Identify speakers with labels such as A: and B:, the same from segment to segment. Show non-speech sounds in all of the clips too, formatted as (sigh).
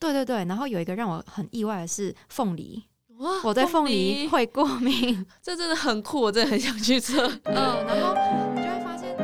A: 对对对，然后有一个让我很意外的是凤梨，
B: 哇
A: 我对啊凤梨会过敏。
B: 这真的很酷，我真的很想去测。
A: (laughs) 嗯，然后你就会发现，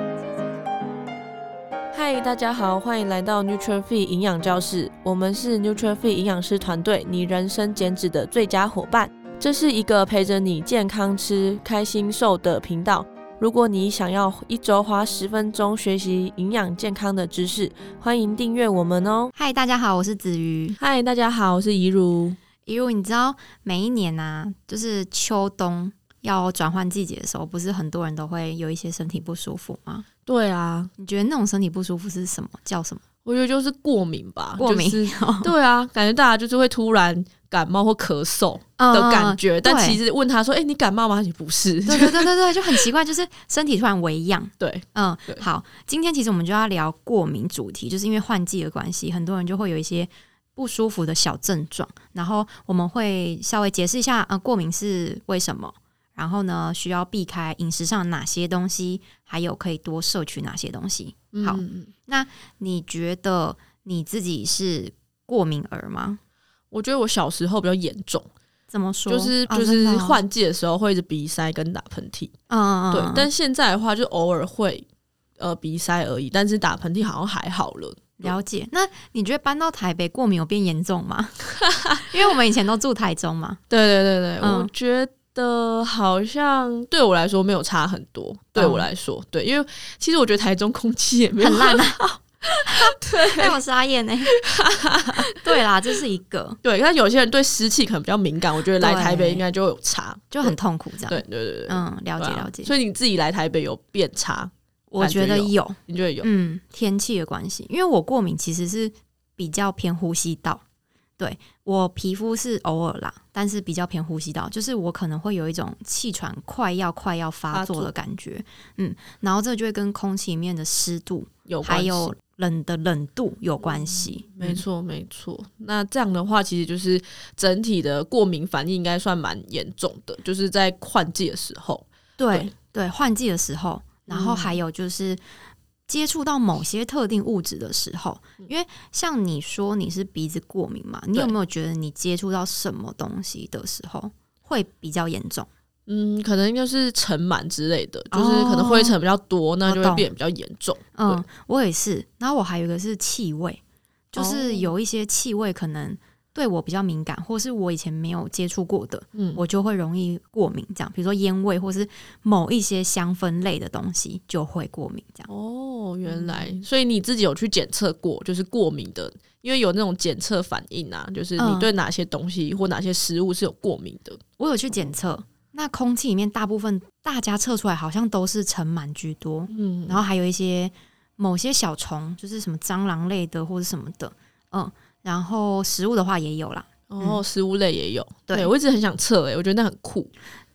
B: 嗨，大家好，欢迎来到 Nutrify 营养教室，我们是 Nutrify 营养师团队，你人生减脂的最佳伙伴。这是一个陪着你健康吃、开心瘦的频道。如果你想要一周花十分钟学习营养健康的知识，欢迎订阅我们哦。
A: (laughs) 嗨，大家好，我是子瑜。
B: 嗨，大家好，我是怡如。
A: 一如你知道，每一年呐、就是秋冬要转换季节的时候，不是很多人都会有一些身体不舒服吗？
B: 对啊，
A: 你觉得那种身体不舒服是什么？叫 (laughs) 什么？
B: 我觉得就是过敏吧，
A: 过敏
B: 就是对啊，感觉大家就是会突然感冒或咳嗽的感觉，但
A: 嗯对
B: 其实问他说：“哎、你感冒吗？”你不是，
A: 嗯对对对对对，就很奇怪，就是身体突然微恙。
B: (laughs) 对
A: 嗯
B: 对，
A: 好，今天其实我们就要聊过敏主题，就是因为换季的关系，很多人就会有一些不舒服的小症状，然后我们会稍微解释一下，呃，过敏是为什么，然后呢，需要避开饮食上哪些东西，还有可以多摄取哪些东西。好
B: 嗯
A: 你觉得你自己是过敏儿吗？
B: 我觉得我小时候比较严重，
A: 怎么说？
B: 就是
A: 啊
B: 就
A: 真
B: 是，
A: 的哦
B: 换季的时候会一直鼻塞跟打喷嚏，
A: 嗯嗯，嗯
B: 对。但现在的话，就偶尔会呃鼻塞而已，但是打喷嚏好像还好了。
A: 了解。那你觉得搬到台北过敏有变严重吗？ (laughs) 因为我们以前都住台中嘛。
B: 对对对对，
A: 嗯
B: 我觉得好像对我来说没有差很多，对我来说，对，因为其实我觉得台中空气也没有
A: 嗯很烂啊！ (laughs) 对，我傻眼
B: (laughs)
A: 呢、对啦，这是一个
B: 对，但有些人对湿气可能比较敏感，我觉得来
A: 对
B: 台北应该就有差。
A: 就很痛苦这样。
B: 对对对对，
A: 嗯，了解
B: 对啊
A: 了解。
B: 所以你自己来台北有变差，
A: 我觉得
B: 感觉
A: 有，
B: 你觉得有？
A: 嗯，天气的关系，因为我过敏其实是比较偏呼吸道。对我皮肤是偶尔啦，但是比较偏呼吸道，就是我可能会有一种气喘快要快要发
B: 发
A: 作
B: 作
A: 的感觉，嗯，然后这就会跟空气里面的湿度
B: 有关
A: 还
B: 系
A: 有冷的冷度有关系，
B: 没
A: 嗯
B: 错，没错。那这样的话，其实就是整体的过敏反应应该算蛮严重的，就是在换季的时候。
A: 对
B: 对
A: 对，换季的时候，然后
B: 嗯
A: 还有就是接触到某些特定物质的时候，因为像你说你是鼻子过敏嘛，你有
B: 嗯对
A: 没有觉得你接触到什么东西的时候会比较严重？
B: 嗯，可能就是尘螨之类的，
A: 哦
B: 就是可能灰尘比较多，那就
A: 我懂
B: 会变得比较严重。
A: 嗯，我也是。然后我还有一个是气味，就
B: 哦
A: 是有一些气味可能对我比较敏感，或是我以前没有接触过的，
B: 嗯，
A: 我就会容易过敏。这样，比如说烟味，或是某一些香氛类的东西就会过敏。这样。
B: 哦，
A: 嗯
B: 原来，所以你自己有去检测过，就是过敏的，因为有那种检测反应啊，就是
A: 嗯
B: 你对哪些东西或哪些食物是有过敏的。
A: 我有去检
B: 嗯
A: 测，那空气里面大部分大家测出来好像都是尘螨居多，
B: 嗯，
A: 然后还有一些某些小虫，就是什么蟑螂类的或者什么的，嗯，然后食物的话也有啦，
B: 哦，食物类也有，
A: 嗯对
B: 我一直很想测，欸诶，我觉得那很酷，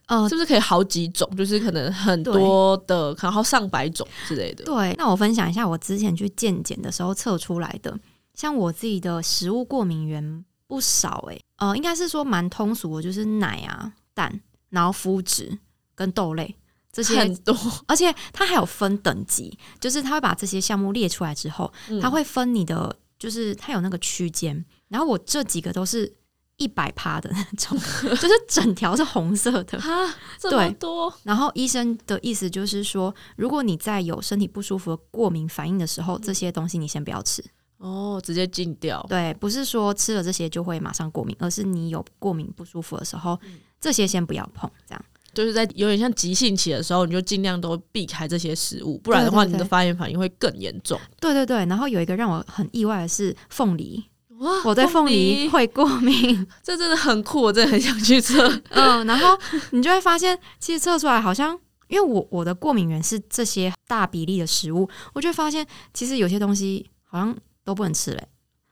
A: 呃
B: 是，不是可以好几种？就是可能很多的，然后上百种之类的。
A: 对，那我分享一下我之前去健检的时候测出来的，像我自己的食物过敏源不少诶、呃，应该是说蛮通俗的，就是奶啊、蛋，然后麸质跟豆类这些
B: 很
A: (laughs)
B: 多，
A: 而且它还有分等级，就是它会把这些项目列出来之后，
B: 嗯
A: 它会分你的，就是它有那个区间。然后我这几个都是一百趴的那种， (laughs) 就是整条是红色的。
B: 啊，这么
A: 对
B: 多，
A: 然后医生的意思就是说，如果你在有身体不舒服的过敏反应的时候，这些东西你先不要吃。
B: 哦，直接禁掉。
A: 对，不是说吃了这些就会马上过敏，而是你有过敏不舒服的时候，这些先不要碰。这样
B: 就是在有点像急性期的时候，你就尽量都避开这些食物，不然的话，
A: 对对
B: 你
A: 对
B: 的发炎反应会更严重。
A: 对对对。然后有一个让我很意外的是凤梨，
B: 哇
A: 我对凤梨会过敏。
B: 这真的很酷，我真的很想
A: (laughs)
B: 去测。
A: 嗯，然后你就会发现，其实测出来好像，因为我我的过敏源是这些大比例的食物，我就会发现，其实有些东西好像都不能吃嘞、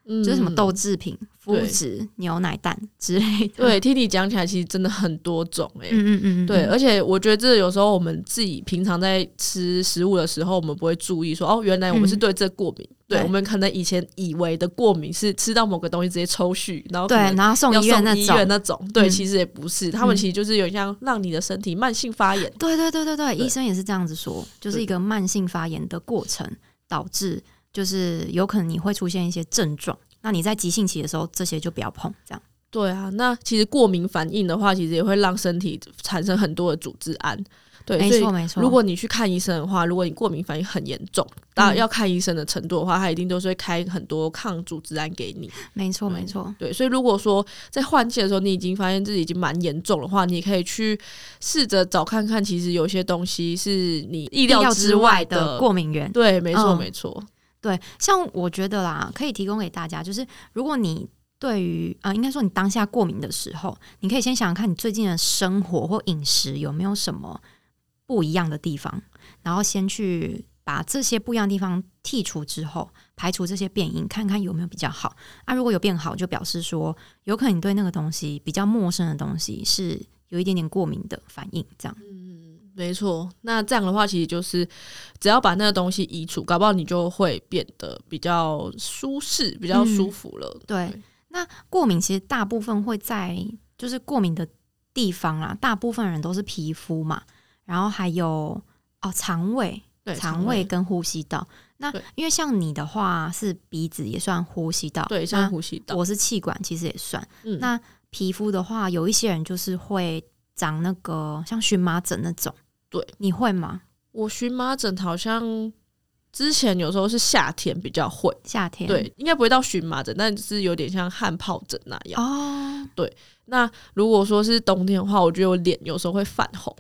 B: 嗯
A: 就是什么豆制品、麸
B: 对
A: 质、牛奶蛋 (laughs) 之类的。
B: 对，听你讲起来，其实真的很多种哎、
A: 嗯，嗯嗯嗯，
B: 对，
A: 嗯
B: 而且我觉得这有时候我们自己平常在吃食物的时候，我们不会注意说哦，原来我们是对这过敏。对
A: 嗯对
B: 我们可能以前以为的过敏是吃到某个东西直接抽血，然后可
A: 对，
B: 能
A: 然后送
B: 要
A: 医院那
B: 医
A: 种
B: 院。那种。对，
A: 嗯
B: 其实也不是，他们
A: 嗯
B: 其实就是有点像让你的身体慢性发炎。
A: 对对对对对，
B: 对
A: 医生也是这样子说，就是
B: 对
A: 一个慢性发炎的过程导致，就是有可能你会出现一些症状。那你在急性期的时候，这些就不要碰，这样。
B: 对啊，那其实过敏反应的话，其实也会让身体产生很多的组织胺。对，
A: 没
B: 所以
A: 错没错。
B: 如果你去看医生的话，如果你过敏反应很严重，那
A: 嗯
B: 要看医生的程度的话，他一定都是会开很多抗组织胺给你。
A: 没错
B: 嗯
A: 没错，
B: 对，所以如果说在换季的时候，你已经发现自己已经蛮严重的话，你可以去试着找看看，其实有些东西是你意
A: 意
B: 料
A: 料
B: 之
A: 之
B: 外
A: 外
B: 的。
A: 的过敏源。
B: 对，没错，
A: 嗯
B: 没错。
A: 对，像我觉得啦，可以提供给大家，就是如果你对于啊、呃应该说你当下过敏的时候，你可以先想想看你最近的生活或饮食有没有什么不一样的地方，然后先去把这些不一样的地方剔除之后，排除这些变因，看看有没有比较好。啊，如果有变好，就表示说有可能你对那个东西比较陌生的东西是有一点点过敏的反应，这样。
B: 没错，那这样的话，其实就是只要把那个东西移除，搞不好你就会变得比较舒适、比较
A: 嗯
B: 舒服了。
A: 对，那过敏其实大部分会在就是过敏的地方啦，大部分人都是皮肤嘛，然后还有哦肠胃，
B: 对，
A: 肠胃跟呼吸道。那
B: 对
A: 因为像你的话是鼻子也算呼吸道，
B: 对，像呼吸
A: 那
B: 道，
A: 我是气管，其实也算。
B: 嗯
A: 那皮肤的话，有一些人就是会长那个像荨麻疹那种，
B: 对，
A: 你会吗？
B: 我荨麻疹好像之前有时候是夏天比较会，
A: 夏天
B: 对，应该不会到荨麻疹，但是有点像汗疱疹那样。
A: 哦，
B: 那如果说是冬天的话，我觉得我脸有时候会泛红，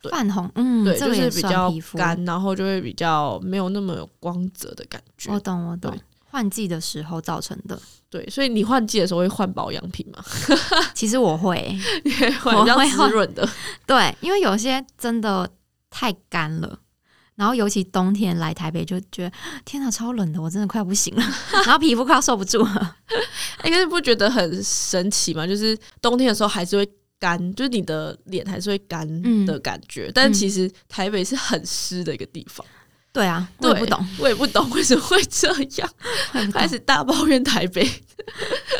B: 对
A: 泛红，嗯，
B: 对，
A: 这
B: 就
A: 个也
B: 是比
A: 算
B: 较
A: 皮肤。
B: 干，然后就会比较没有那么有光泽的感觉
A: 我。懂，我懂
B: 对。
A: 换季的时候造成的，
B: 对，所以你换季的时候会换保养品
A: (laughs)
B: 吗？
A: 其实我
B: (laughs)
A: 会，
B: 你会换比
A: 我
B: 较
A: 会
B: 滋
A: 换
B: 润的。
A: 对，因为有些真的太干了，然后尤其冬天来台北就觉得 (gasps) 天哪，超冷的，我真的快要不行
B: (laughs)
A: 了，然后皮肤快要受不住了。
B: 哎、可是不觉得很神奇吗？就是冬天的时候还是会干，就是你的脸还是会干
A: 嗯
B: 的感觉，但其实台北是很湿的一个地方。
A: 对啊，我
B: 对，
A: 也不懂，，
B: 我也不懂为什么会这
A: (laughs)
B: 样，
A: 我也不
B: 开
A: 懂。
B: 始大抱怨台北。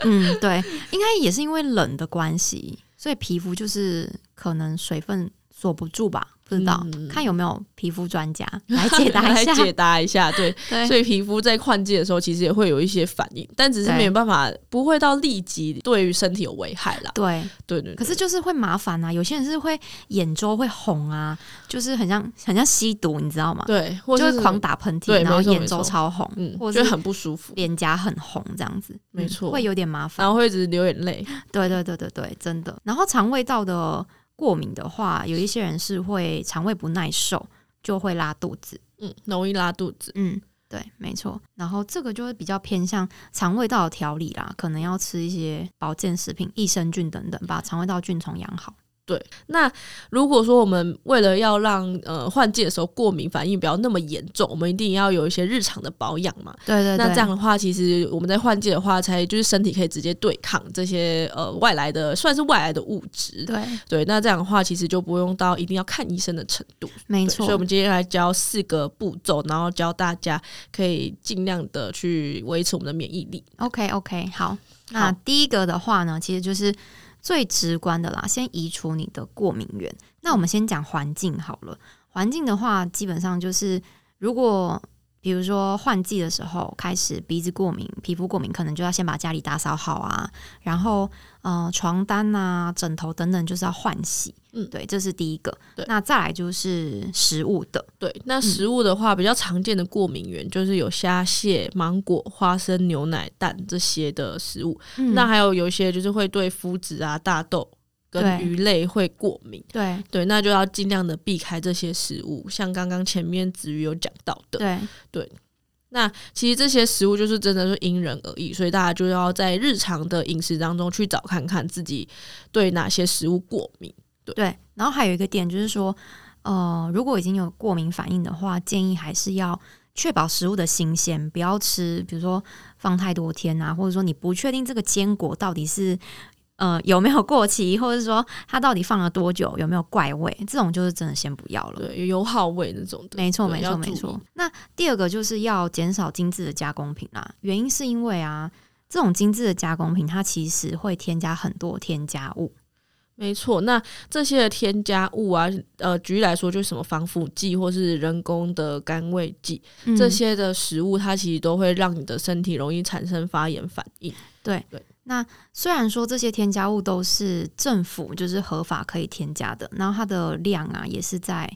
A: 嗯，对，应该也是因为冷的关系，所以皮肤就是可能水分锁不住吧，不知道，
B: 嗯
A: 看有没有皮肤专家来解答一下
B: (laughs) 来。解答一下，对，
A: (laughs) 对
B: 所以皮肤在换季的时候其实也会有一些反应，但只是没有办法，不会到立即对于身体有危害啦。
A: 对，
B: 对对对
A: 可是就是会麻烦啊，有些人是会眼周会红啊，就是很像很像吸毒，你知道吗？
B: 对，或
A: 就
B: 者
A: 会狂，打喷嚏，
B: 对
A: 然后
B: 没错
A: 眼
B: 没错
A: 周超红，
B: 嗯，
A: 或
B: 觉
A: 者
B: 得
A: 是
B: 很不舒服，
A: 脸颊很红这样子，
B: 没
A: 嗯
B: 错啊
A: 会有点麻烦。
B: 然后会一直流眼泪。
A: 对对对对对，真的。然后肠胃道的过敏的话，有一些人是会肠胃不耐受，就会拉肚子。
B: 嗯，容易拉肚子。
A: 嗯，对，没错。然后这个就会比较偏向肠胃道的调理啦，可能要吃一些保健食品、益生菌等等，把肠胃道菌虫养好。
B: 那如果说我们为了要让呃换季的时候过敏反应不要那么严重，我们一定要有一些日常的保养嘛。
A: 对对对，
B: 那这样的话，其实我们在换季的话，才就是身体可以直接对抗这些呃外来的，算是外来的物质。
A: 对，
B: 对，那这样的话，其实就不用到一定要看医生的程度。
A: 没
B: 对
A: 错
B: 所以我。们今天来教四个步骤，然后教大家可以尽量的去维持我们的免疫力。
A: OK OK，好。那第一个的话呢，其实就是最直观的啦，先移除你的过敏源。那我们先讲环境好了。环境的话，基本上就是如果比如说换季的时候开始鼻子过敏、皮肤过敏，可能就要先把家里打扫好啊，然后呃床单啊、枕头等等就是要换洗。
B: 嗯
A: 对，这是第一个
B: 对。
A: 那再来就是食物的，
B: 对，那食物的话，比较常见的过敏源就是有虾蟹、芒果、花生、牛奶、蛋这些的食物。
A: 嗯
B: 那还有有一些就是会对麸质啊、大豆跟
A: 对
B: 鱼类会过敏。
A: 对
B: 对，那就要尽量的避开这些食物，像刚刚前面子瑜有讲到的。
A: 对
B: 那其实这些食物就是真的是因人而异，所以大家就要在日常的饮食当中去找看看自己对哪些食物过敏。
A: 对，然后还有一个点就是说，呃，如果已经有过敏反应的话，建议还是要确保食物的新鲜，不要吃，比如说放太多天啊，或者说你不确定这个坚果到底是。呃，有没有过期，或者是说它到底放了多久，有没有怪味，这种就是真的先不要了。
B: 对，油耗味那种
A: 嗯
B: 的。
A: 没错，
B: 对
A: 没
B: 要
A: 错，没
B: 注意
A: 错。那第二个就是要减少精致的加工品啦，原因是因为啊，这种精致的加工品它其实会添加很多添加物，
B: 没错，那这些的添加物啊，呃，举例来说，就是什么防腐剂或是人工的甘味剂，
A: 嗯
B: 这些的食物它其实都会让你的身体容易产生发炎反应。
A: 虽然说这些添加物都是政府就是合法可以添加的，然后它的量啊也是在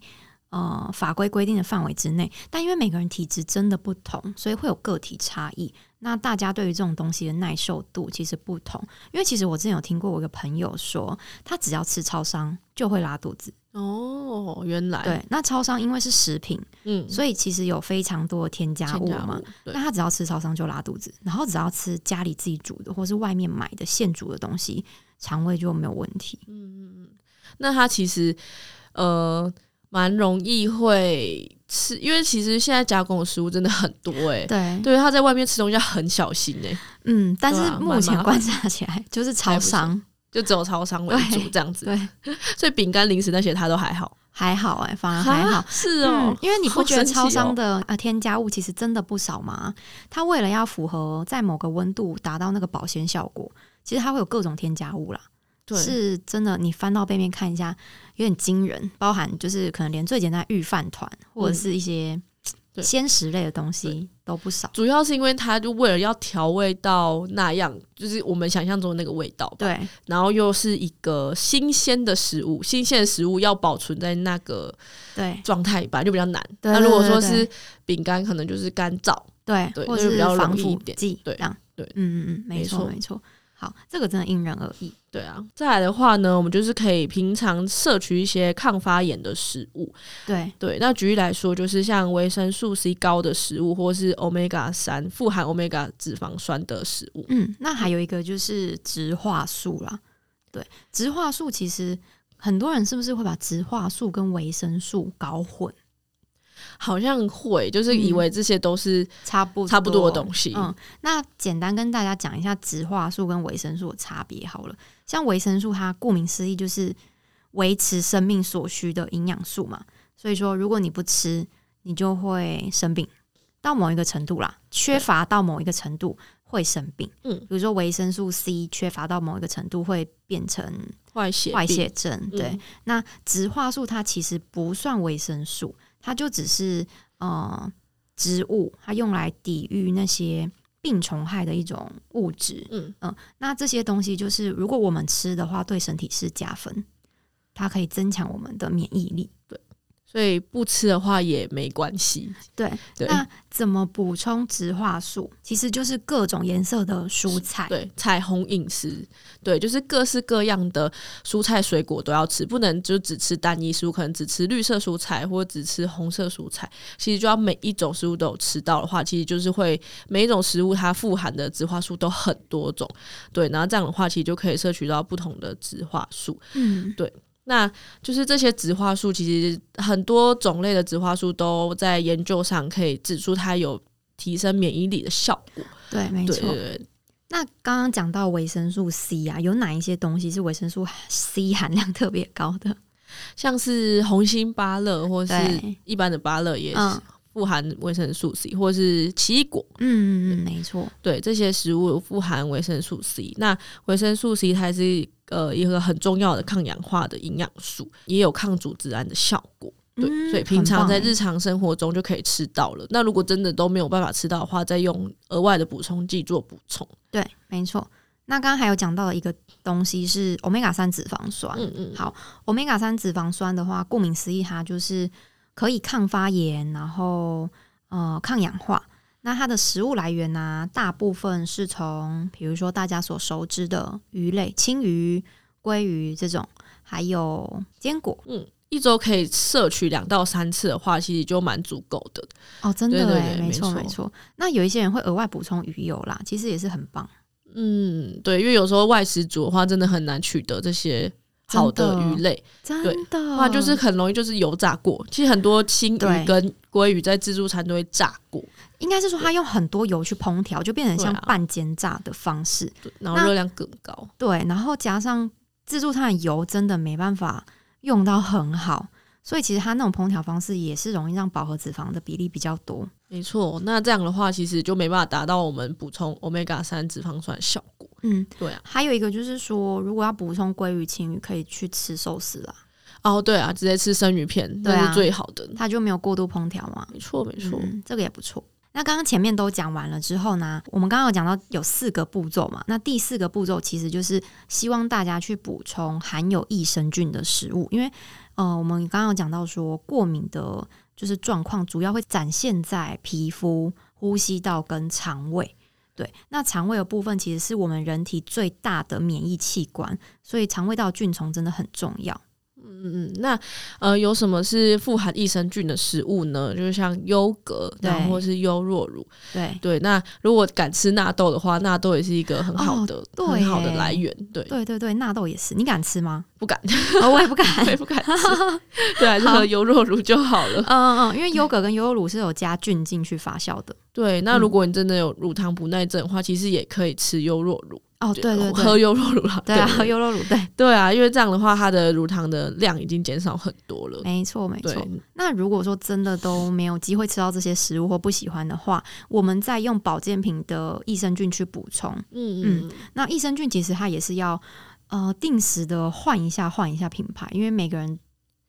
A: 呃法规规定的范围之内，但因为每个人体质真的不同，所以会有个体差异。那大家对于这种东西的耐受度其实不同，因为其实我之前有听过我一个朋友说，他只要吃超商就会拉肚子。
B: 哦，原来，
A: 对，那超商因为是食品，
B: 嗯，
A: 所以其实有非常多的添加物
B: 添加
A: 嘛
B: 物，，对
A: 那，他只要吃超商就拉肚子，然后只要吃家里自己煮的或是外面买的现煮的东西，肠胃就没有问题。
B: 那它其实呃蛮容易会吃，因为其实现在加工的食物真的很多哎、
A: 对，
B: 对，他在外面吃东西要很小心哎、
A: 嗯，但
B: 对
A: 是
B: 啊
A: 目前
B: 蛮麻烦
A: 观察起来就是超商，
B: 就只有超商为主这样子，
A: 对，
B: 所以饼干、零食那些他都还好，
A: 还好哎、反而还好。
B: 是哦
A: 嗯，，因为你不
B: 好
A: 觉得
B: 神奇
A: 超商
B: 哦
A: 的啊添加物其实真的不少吗？它为了要符合在某个温度达到那个保鲜效果，其实它会有各种添加物啦。
B: 对，
A: 是真的，你翻到背面看一下，有点惊人，包含就是可能连最简单的预饭团或者是一些
B: 嗯对
A: 鲜食类的东西都不少。
B: 主要是因为它就为了要调味到那样，就是我们想象中的那个味道吧，
A: 对
B: 然后又是一个新鲜的食物，新鲜的食物要保存在那个
A: 对
B: 状态吧，就比较难。
A: 对
B: 那
A: 对
B: 如果
A: 对
B: 说
A: 对
B: 是饼干，可能就是干燥，
A: 对，
B: 对
A: 或
B: 那就比
A: 是
B: 较容
A: 防
B: 易
A: 腐
B: 一点
A: 剂，
B: 对
A: 这样
B: 对
A: 嗯嗯嗯，没
B: 没
A: 错
B: 错
A: 没错。好，这个真的因人而异。
B: 对啊，再来的话呢，我们就是可以平常摄取一些抗发炎的食物。
A: 对
B: 对，那举例来说，就是像维生素 C 高的食物，或是 omega 三富含 omega 脂肪酸的食物。
A: 嗯，那还有一个就是植化素啦。对，植化素其实很多人是不是会把植化素跟维生素搞混？
B: 好像会，就是以为这些都是
A: 差嗯不
B: 差不多的东西。
A: 嗯，那简单跟大家讲一下植化素跟维生素的差别好了。像维生素，它顾名思义就是维持生命所需的营养素嘛。所以说，如果你不吃，你就会生病，到某一个程度啦，缺乏到某一个程度会生病。
B: 嗯
A: 比如说维生素 C 缺乏到某一个程度会变成
B: 坏血
A: 坏
B: 病
A: 血症，对。
B: 嗯
A: 那植化素它其实不算维生素，它就只是呃植物它用来抵御那些病虫害的一种物质。
B: 嗯
A: 那这些东西就是如果我们吃的话，对身体是加分，它可以增强我们的免疫力。
B: 所以不吃的话也没关系。
A: 对，
B: 对
A: 那怎么补充植化素？其实就是各种颜色的蔬菜。
B: 对，彩虹饮食，对，就是各式各样的蔬菜水果都要吃，不能就只吃单一食物，可能只吃绿色蔬菜或者只吃红色蔬菜。其实就要每一种食物都有吃到的话，其实就是会每一种食物它富含的植化素都很多种，对，然后这样的话其实就可以摄取到不同的植化素。
A: 嗯，
B: 那就是这些植化素，其实很多种类的植化素都在研究上可以指出它有提升免疫力的效果。
A: 对，没
B: 对
A: 错
B: 对。对，
A: 那刚刚讲到维生素 C 啊，有哪一些东西是维生素 C 含量特别高的？
B: 像是红心芭乐或是
A: 对
B: 一般的芭乐也
A: 嗯
B: 是富含维生素 C，或是奇异果，
A: 嗯嗯嗯，没错。
B: 对这些食物富含维生素 C。那维生素 C 它是呃一个很重要的抗氧化的营养素，也有抗组织胺的效果。对，
A: 嗯
B: 所以平常在
A: 很棒
B: 日常生活中就可以吃到了。那如果真的都没有办法吃到的话，再用额外的补充剂做补充。
A: 对，没错。那刚刚还有讲到的一个东西是 omega 三脂肪酸。
B: 嗯嗯，
A: 好 omega 三脂肪酸的话，顾名思义，它就是可以抗发炎，然后呃抗氧化。那它的食物来源呢、大部分是从比如说大家所熟知的鱼类，青鱼、鲑鱼这种，还有坚果。
B: 一周可以摄取两到三次的话，其实就蛮足够的。
A: 哦，真的
B: 对对
A: 哎，
B: 对
A: 没
B: 没
A: 错
B: 错
A: 没错。那有一些人会额外补充鱼油啦，其实也是很棒。
B: 嗯，对，因为有时候外食煮的话，真的很难取得这些好的
A: 真的
B: 鱼类，
A: 真
B: 对
A: 的，
B: 它就是很容易就是油炸过。其实很多青
A: 对
B: 鱼跟鲑鱼在自助餐都会炸过，
A: 应该是说它用很多油去烹调，就变成像
B: 对啊
A: 半煎炸的方式。
B: 对然后
A: 那
B: 热量更高。
A: 对，然后加上自助餐的油真的没办法用到很好，所以其实它那种烹调方式也是容易让饱和脂肪的比例比较多。
B: 没错，那这样的话，其实就没办法达到我们补充 omega 三脂肪酸的效果。
A: 嗯，
B: 对啊，
A: 还有一个就是说，如果要补充鲑鱼、青鱼，可以去吃寿司啦，
B: 哦，对啊，直接吃生鱼片，
A: 对啊
B: 那是最好的。
A: 它就没有过度烹调嘛。
B: 没错，没错。
A: 嗯，这个也不错。那刚刚前面都讲完了之后呢，我们刚刚有讲到有四个步骤嘛，那第四个步骤其实就是希望大家去补充含有益生菌的食物，因为呃，我们刚刚有讲到说过敏的就是状况主要会展现在皮肤、呼吸道跟肠胃。对，那肠胃的部分其实是我们人体最大的免疫器官，所以肠胃道菌虫真的很重要。
B: 嗯嗯，那呃，有什么是富含益生菌的食物呢？就是像优格，
A: 对
B: 然后或是优酪乳。
A: 对，
B: 对，那如果敢吃纳豆的话，纳豆也是一个很好的、
A: 对
B: 很好的
A: 耶
B: 来源。对，
A: 哦对对对，纳豆也是，你敢吃吗？
B: 不敢， (laughs)
A: 哦、我也不敢。
B: 我也不敢吃。对，还是喝优酪乳就好
A: (laughs)
B: 了。
A: 嗯嗯，嗯，因为优格跟优酪乳是有加菌进去发酵的。
B: 对，那如
A: 嗯
B: 果你真的有乳糖不耐症的话，其实也可以吃优酪乳。
A: 哦，对对
B: 喝
A: 对，
B: 优酪乳啦。
A: 对啊，
B: 对
A: 喝优酪乳，对，
B: 对啊，因为这样的话，它的乳糖的量已经减少很多了。
A: 没错没错
B: 对。，嗯
A: 那如果说真的都没有机会吃到这些食物或不喜欢的话，我们再用保健品的益生菌去补充。
B: 嗯嗯，
A: 那益生菌其实它也是要呃定时的换一下换一下品牌，因为每个人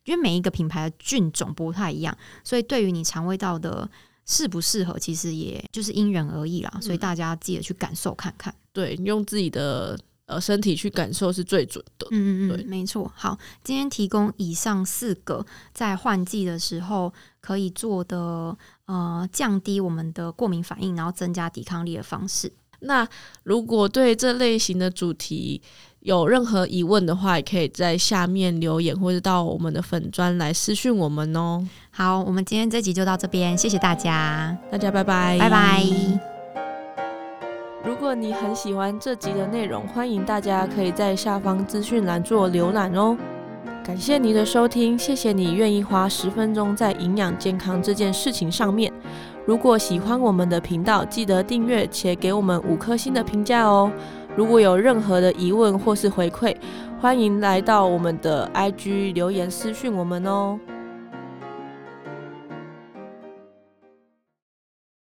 A: 因为每一个品牌的菌种不太一样，所以对于你肠胃道的适不适合，其实也就是因人而异啦。所以大家记得去感受看看。
B: 对，你用自己的呃身体去感受是最准的。
A: 嗯嗯
B: 对
A: 嗯，没错。好，今天提供以上四个在换季的时候可以做的呃降低我们的过敏反应，然后增加抵抗力的方式。
B: 那如果对这类型的主题有任何疑问的话，也可以在下面留言，或者到我们的粉专来私讯我们哦。
A: 好，我们今天这集就到这边，谢谢大家，
B: 大家拜拜，
A: 拜拜。
B: 如果你很喜欢这集的内容，欢迎大家可以在下方资讯栏做浏览哦。感谢你的收听，谢谢你愿意花十分钟在营养健康这件事情上面。如果喜欢我们的频道，记得订阅且给我们五颗星的评价哦。如果有任何的疑问或是回馈，欢迎来到我们的 IG 留言私讯我们哦。